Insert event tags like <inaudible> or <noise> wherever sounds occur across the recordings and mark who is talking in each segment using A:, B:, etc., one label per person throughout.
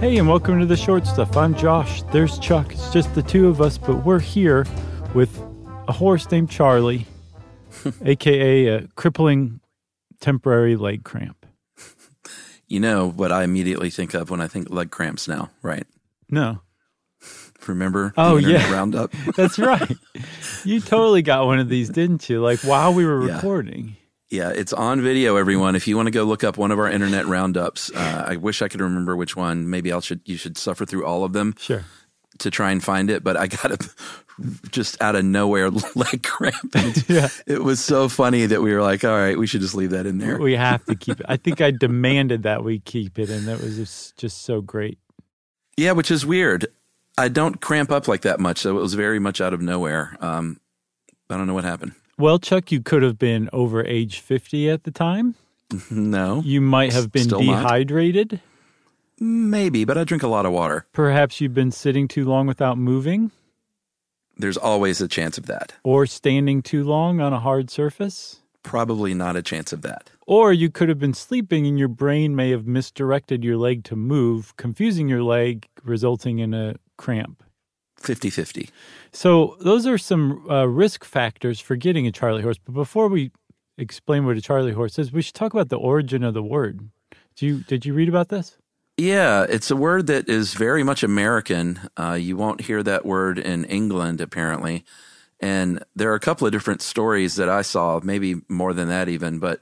A: Hey, and welcome to the short stuff. I'm Josh. There's Chuck. It's just the two of us, but we're here with a horse named
B: <laughs>
A: Charlie, aka a crippling temporary leg cramp.
B: You know what I immediately think of when I think leg cramps now, right?
A: No,
B: Remember?
A: Oh,
B: the internet
A: yeah. <laughs>
B: Roundup.
A: that's
B: <laughs>
A: right. you totally got one of these, didn't you? Like while we were
B: Yeah.
A: recording.
B: yeah, it's on video, everyone. If you want to go look up one of our internet roundups, uh, I wish I could remember which one. Maybe I should. You should suffer through all of them
A: Sure.
B: to try and find it. But I got a <laughs> just out of nowhere <laughs> leg cramp. And
A: <laughs> Yeah.
B: It was so funny that we were like, all right, we should just leave that in there.
A: We have to keep it. I think I demanded that we keep it, and that was just, just so great.
B: Yeah, which is weird. I don't cramp up like that much, so it was very much out of nowhere. Um, I don't know what happened. <laughs>
A: Well, Chuck, you could have been over age 50 at the time.
B: No,
A: You might have been
B: Still not.
A: dehydrated.
B: maybe, but I drink a lot of water.
A: Perhaps you've been sitting too long without moving
B: There's always a chance of that.
A: or standing too long on a hard surface.
B: Probably not a chance of that.
A: Or you could have been sleeping and your brain may have misdirected your leg to move, confusing your leg, resulting in a cramp.
B: 50 50.
A: So, those are some uh, risk factors for getting a Charlie horse. But before we explain what a Charlie horse is, we should talk about the origin of the word. Do you, did you read about this?
B: Yeah, it's a word that is very much American. Uh, you won't hear that word in England, apparently. And there are a couple of different stories that I saw, maybe more than that even. But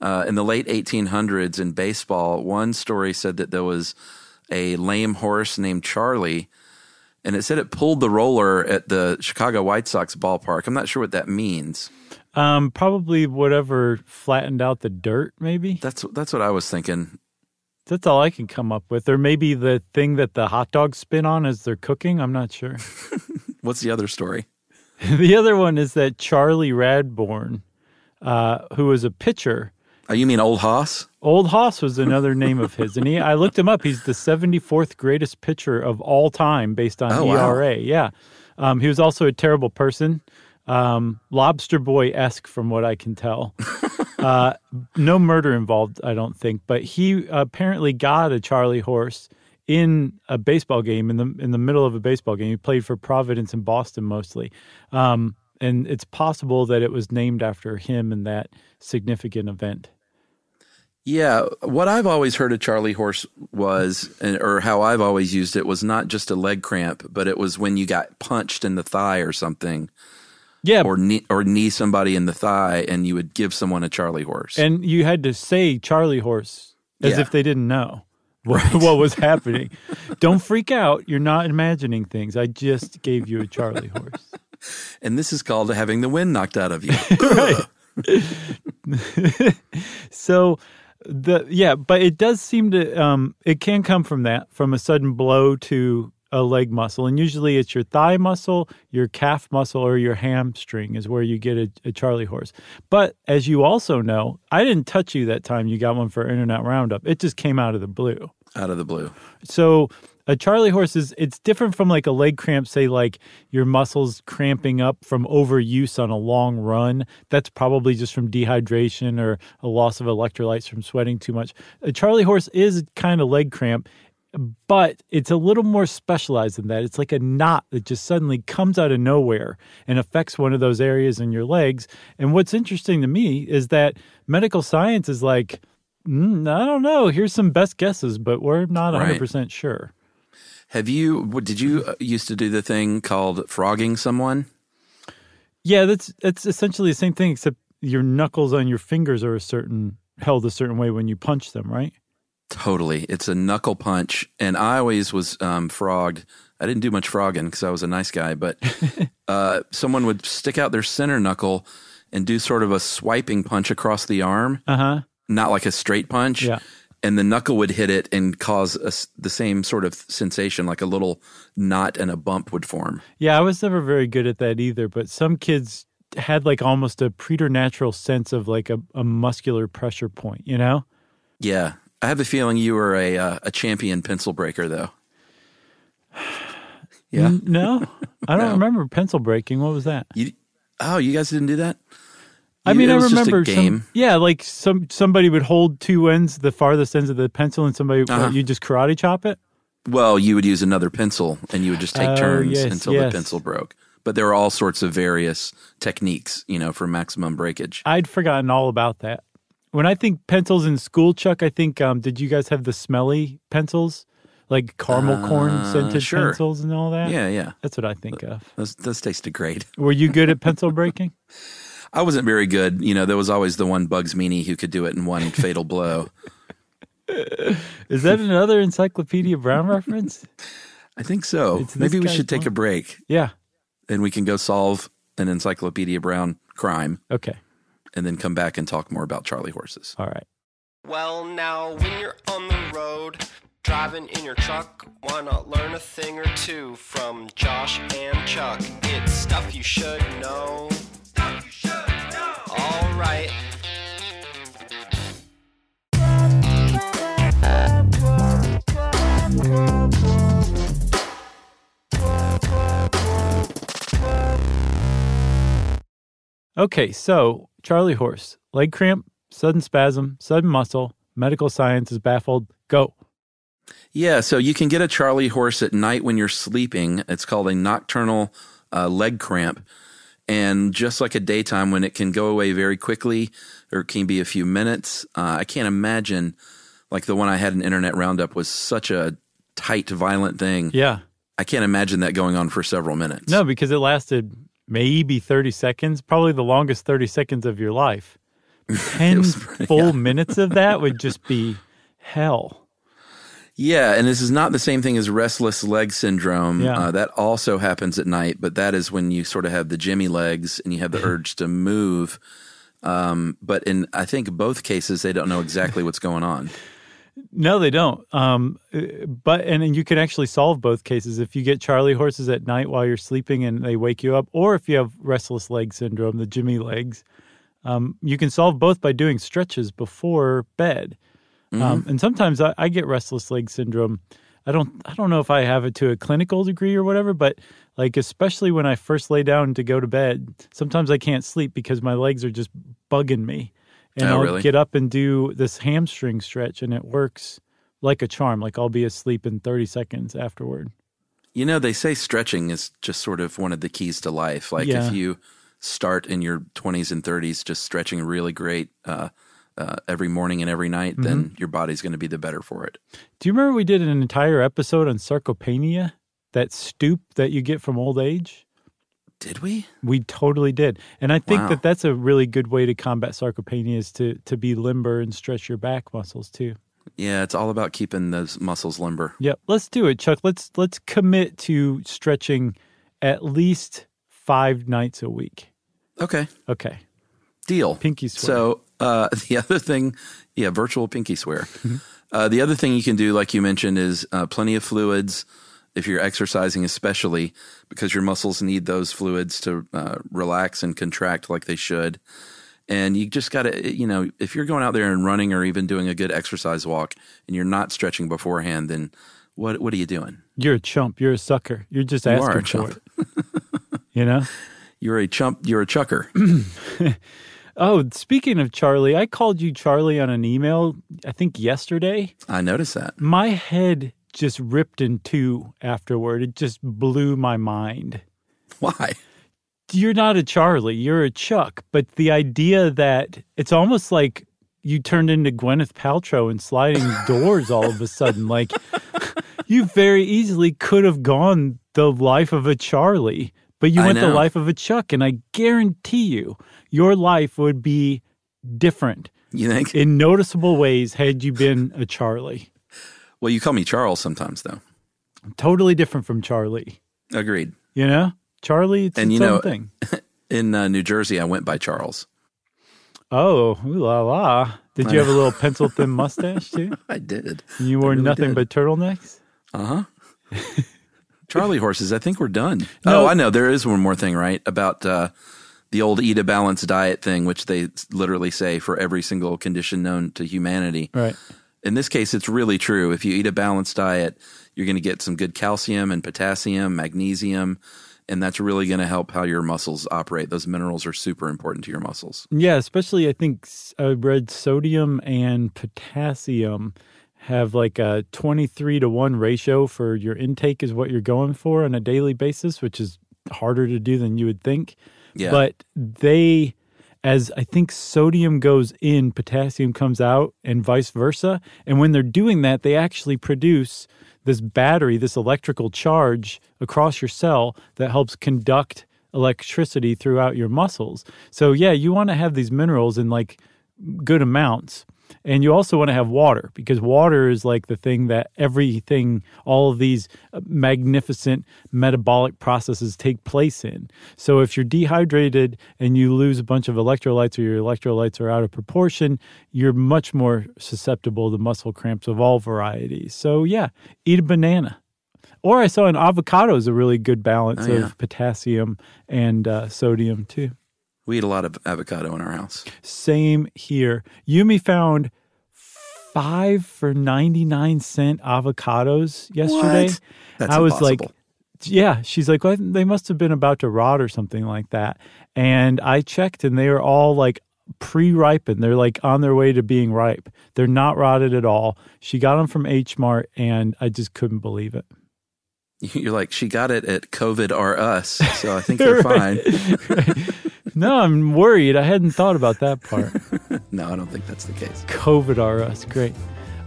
B: uh, in the late 1800s in baseball, one story said that there was a lame horse named Charlie, and it said it pulled the roller at the Chicago White Sox ballpark. I'm not sure what that means.
A: Um, probably whatever flattened out the dirt, maybe.
B: That's that's what I was thinking.
A: That's all I can come up with. Or maybe the thing that the hot dogs spin on as they're cooking. I'm not sure. <laughs>
B: What's the other story?
A: the other one is that Charlie Radborn, uh, who was a pitcher,
B: Oh, you mean Old Hoss?
A: Old Hoss was another name of his. And he, I looked him up. He's the 74th greatest pitcher of all time based on
B: Oh, wow.
A: ERA. Yeah. Um, he was also a terrible person. Um, lobster boy esque, from what I can
B: <laughs>
A: tell. uh, no murder involved, I don't think. But he apparently got a Charlie horse in a baseball game in the in the middle of a baseball game. He played for Providence and Boston mostly, um, and it's possible that it was named after him in that significant event.
B: Yeah, what I've always heard a Charlie horse was, and- or how I've always used it, was not just a leg cramp, but it was when you got punched in the thigh or something,
A: Yeah,
B: or knee, or knee somebody in the thigh, and you would give someone a Charlie horse.
A: And you had to say Charlie horse as
B: Yeah.
A: if they didn't know <laughs> what, what was happening. Don't freak out. You're not imagining things. I just gave you a Charlie horse.
B: and this is called having the wind knocked out of you.
A: So the yeah, but it does seem to um it can come from that from a sudden blow to a leg muscle and usually it's your thigh muscle, your calf muscle or your hamstring is where you get a, a charley horse. But as you also know, I didn't touch you that time you got one for internet roundup. It just came out of the blue.
B: out of the blue.
A: So a charley horse is it's different from like a leg cramp, say like your muscles cramping up from overuse on a long run. That's probably just from dehydration or a loss of electrolytes from sweating too much. A charley horse is kind of leg cramp, but it's a little more specialized than that. It's like a knot that just suddenly comes out of nowhere and affects one of those areas in your legs. And what's interesting to me is that medical science is like, mm, I don't know, here's some best guesses, but we're not
B: Right.
A: 100% sure.
B: Have you? what- Did you uh, used to do the thing called frogging someone?
A: Yeah, that's that's essentially the same thing, except your knuckles on your fingers are a certain held a certain way when you punch them, right?
B: Totally, it's a knuckle punch, and I always was um, frogged. I didn't do much frogging because I was a nice
A: <laughs>
B: guy, but uh, someone would stick out their center knuckle and do sort of a swiping punch across the arm,
A: Uh huh.
B: not like a straight punch.
A: Yeah.
B: And the knuckle would hit it and cause a s the same sort of sensation, like a little knot and a bump would form.
A: Yeah, I was never very good at that either, but some kids had like almost a preternatural sense of like a, a muscular pressure point, you know?
B: Yeah. I have a feeling you were a, uh, a champion pencil breaker, though. Yeah.
A: N-
B: <laughs>
A: No, I don't
B: No.
A: remember pencil breaking. What was that?
B: You, oh, you guys didn't do that?
A: I
B: You-
A: mean,
B: it
A: I
B: was
A: remember
B: just a game.
A: Some, yeah, like some somebody would hold two ends, the farthest ends of the pencil, and somebody
B: Uh-huh.
A: you just karate chop it.
B: Well, you would use another pencil and you would just take
A: Oh,
B: turns
A: yes,
B: until
A: yes.
B: the pencil broke. But there were all sorts of various techniques, you know, for maximum breakage.
A: I'd forgotten all about that. When I think pencils in school, Chuck, I think um, did you guys have the smelly pencils, like caramel corn scented
B: Uh, sure.
A: pencils and all that?
B: Yeah, yeah.
A: that's what I think of.
B: Those, those tasted great.
A: Were you good at pencil breaking?
B: I wasn't very good. You know, there was always the one Bugs Meany who could do it in one fatal blow.
A: <laughs> Is that another Encyclopedia Brown reference?
B: I think so.
A: It's this
B: Maybe we
A: guy's
B: should take a
A: fault.
B: break
A: <laughs> Yeah.
B: and we can go solve an Encyclopedia Brown crime
A: Okay.
B: and then come back and talk more about Charlie horses.
A: All right.
C: Well, now when you're on the road, driving in your truck, why not learn a thing or two from Josh and Chuck? It's stuff you should know. Stuff you should know. All right.
A: Okay. So Charlie horse, leg cramp, sudden spasm, sudden muscle. Medical science is baffled. Go.
B: Yeah, so you can get a Charlie horse at night when you're sleeping. It's called a nocturnal uh, leg cramp. And just like a daytime when it can go away very quickly or it can be a few minutes, uh, I can't imagine like the one I had in Internet Roundup was such a tight, violent thing.
A: Yeah.
B: I can't imagine that going on for several minutes.
A: No, because it lasted maybe 30 seconds, probably the longest 30 seconds of your <laughs> life. 10
B: was
A: <laughs>
B: pretty-
A: full minutes of that would just be hell.
B: Yeah, and this is not the same thing as restless leg syndrome.
A: Yeah.
B: Uh, that also happens at night, but that is when you sort of have the Jimmy legs and
A: <laughs>
B: you have the urge to move. Um, but in I think both cases, they don't know exactly what's going on.
A: No, they don't. Um, uh, but and, and you can actually solve both cases if you get Charlie horses at night while you're sleeping and they wake you up, or if you have restless leg syndrome, the Jimmy legs. Um, you can solve both by doing stretches before bed.
B: Mm-hmm.
A: Um, and sometimes I, I get restless leg syndrome. I don't I don't know if I have it to a clinical degree or whatever, but like especially when I first lay down to go to bed, sometimes I can't sleep because my legs are just bugging me. And
B: Oh,
A: I'll
B: really?
A: get up and do this hamstring stretch and it works like a charm. Like I'll be asleep in 30 seconds afterward.
B: You know, they say stretching is just sort of one of the keys to life. Like
A: Yeah.
B: if you start in your 20s and 30s just stretching really great uh, uh, every morning and every night,
A: Mm-hmm.
B: then your body's going to be the better for it.
A: Do you remember we did an entire episode on sarcopenia? That stoop that you get from old age?
B: Did we?
A: We totally did, and I think
B: Wow.
A: that that's a really good way to combat sarcopenia is to to be limber and stretch your back muscles too.
B: Yeah, it's all about keeping those muscles limber.
A: Yep, let's do it, Chuck. Let's let's commit to stretching at least five nights a week.
B: Okay.
A: Okay,
B: Deal.
A: Pinky swear.
B: So uh, <laughs> the other thing, yeah, virtual
A: <laughs>
B: pinky swear.
A: Mm-hmm.
B: uh, the other thing you can do, like you mentioned, is uh, plenty of fluids if you're exercising, especially because your muscles need those fluids to uh, relax and contract like they should. And you just got to, you know, if you're going out there and running or even doing a good exercise walk and you're not stretching beforehand, then what what are you doing?
A: you're a chump. You're a sucker. You're just
B: are
A: asking
B: a
A: for
B: chump.
A: it. <laughs> you know.
B: You're a chump. You're a chucker. <clears throat>
A: Oh, speaking of Charlie, I called you Charlie on an email. I think yesterday.
B: I noticed that.
A: my head just ripped in two afterward. It just blew my mind.
B: Why? <laughs>
A: You're not a Charlie, you're a Chuck. But the idea that it's almost like you turned into Gwyneth Paltrow and
B: <laughs>
A: sliding doors all of a sudden. Like you very easily could have gone the life of a Charlie, but you
B: I
A: went the
B: know.
A: life of a Chuck. And I guarantee you, your life would be different
B: You think?
A: in noticeable ways had you been a Charlie.
B: Well, you call me Charles sometimes, though.
A: Totally different from Charlie.
B: Agreed.
A: You know, Charlie, it's
B: And
A: its
B: you
A: own
B: know-
A: thing.
B: in uh, New Jersey, I went by Charles.
A: Oh, ooh la la! Did you have a
B: <laughs>
A: little pencil thin mustache too?
B: I did.
A: And you wore
B: really
A: nothing
B: did.
A: but turtlenecks.
B: Uh huh. <laughs> Charlie horses. I think we're done.
A: No.
B: Oh, I know. There is one more thing, right? About uh, the old eat a balanced diet thing, which they literally say for every single condition known to humanity.
A: Right.
B: In this case, it's really true. If you eat a balanced diet, you're going to get some good calcium and potassium, magnesium, and that's really going to help how your muscles operate. Those minerals are super important to your muscles.
A: Yeah, especially I think s- I read sodium and potassium have like a 23 to 1 ratio for your intake is what you're going for on a daily basis, which is harder to do than you would think.
B: Yeah.
A: But they, as I think sodium goes in, potassium comes out, and vice versa. And when they're doing that, they actually produce this battery, this electrical charge across your cell that helps conduct electricity throughout your muscles. So, yeah, you want to have these minerals in like good amounts. And you also want to have water because water is like the thing that everything, all of these uh, magnificent metabolic processes take place in. So if you're dehydrated and you lose a bunch of electrolytes or your electrolytes are out of proportion, you're much more susceptible to muscle cramps of all varieties. So yeah, eat a banana. Or I saw an avocado is a really good balance
B: Oh, yeah.
A: of potassium and uh, sodium too.
B: We eat a lot of avocado in our house.
A: Same here. Yumi found five for 99 cent avocados yesterday.
B: What? That's
A: I was
B: impossible.
A: like, yeah, she's like, well, they must have been about to rot or something like that. And I checked and they are all like pre ripened. They're like on their way to being ripe. They're not rotted at all. She got them from H Mart and I just couldn't believe it.
B: <laughs> You're like, she got it at COVID or us. So I think you're fine.
A: No, I'm worried. I hadn't thought about that part. <laughs>
B: No, I don't think that's the case.
A: COVID are us. Great.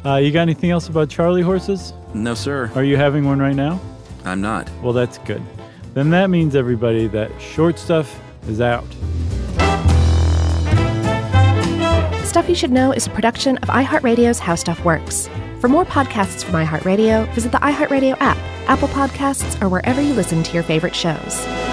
A: Uh, you got anything else about Charlie horses?
B: No, sir.
A: Are you having one right now?
B: I'm not.
A: Well, that's good. Then that means, everybody, that short stuff is out.
D: Stuff You Should Know is a production of iHeartRadio's How Stuff Works. For more podcasts from iHeartRadio, visit the iHeartRadio app, Apple Podcasts, or wherever you listen to your favorite shows.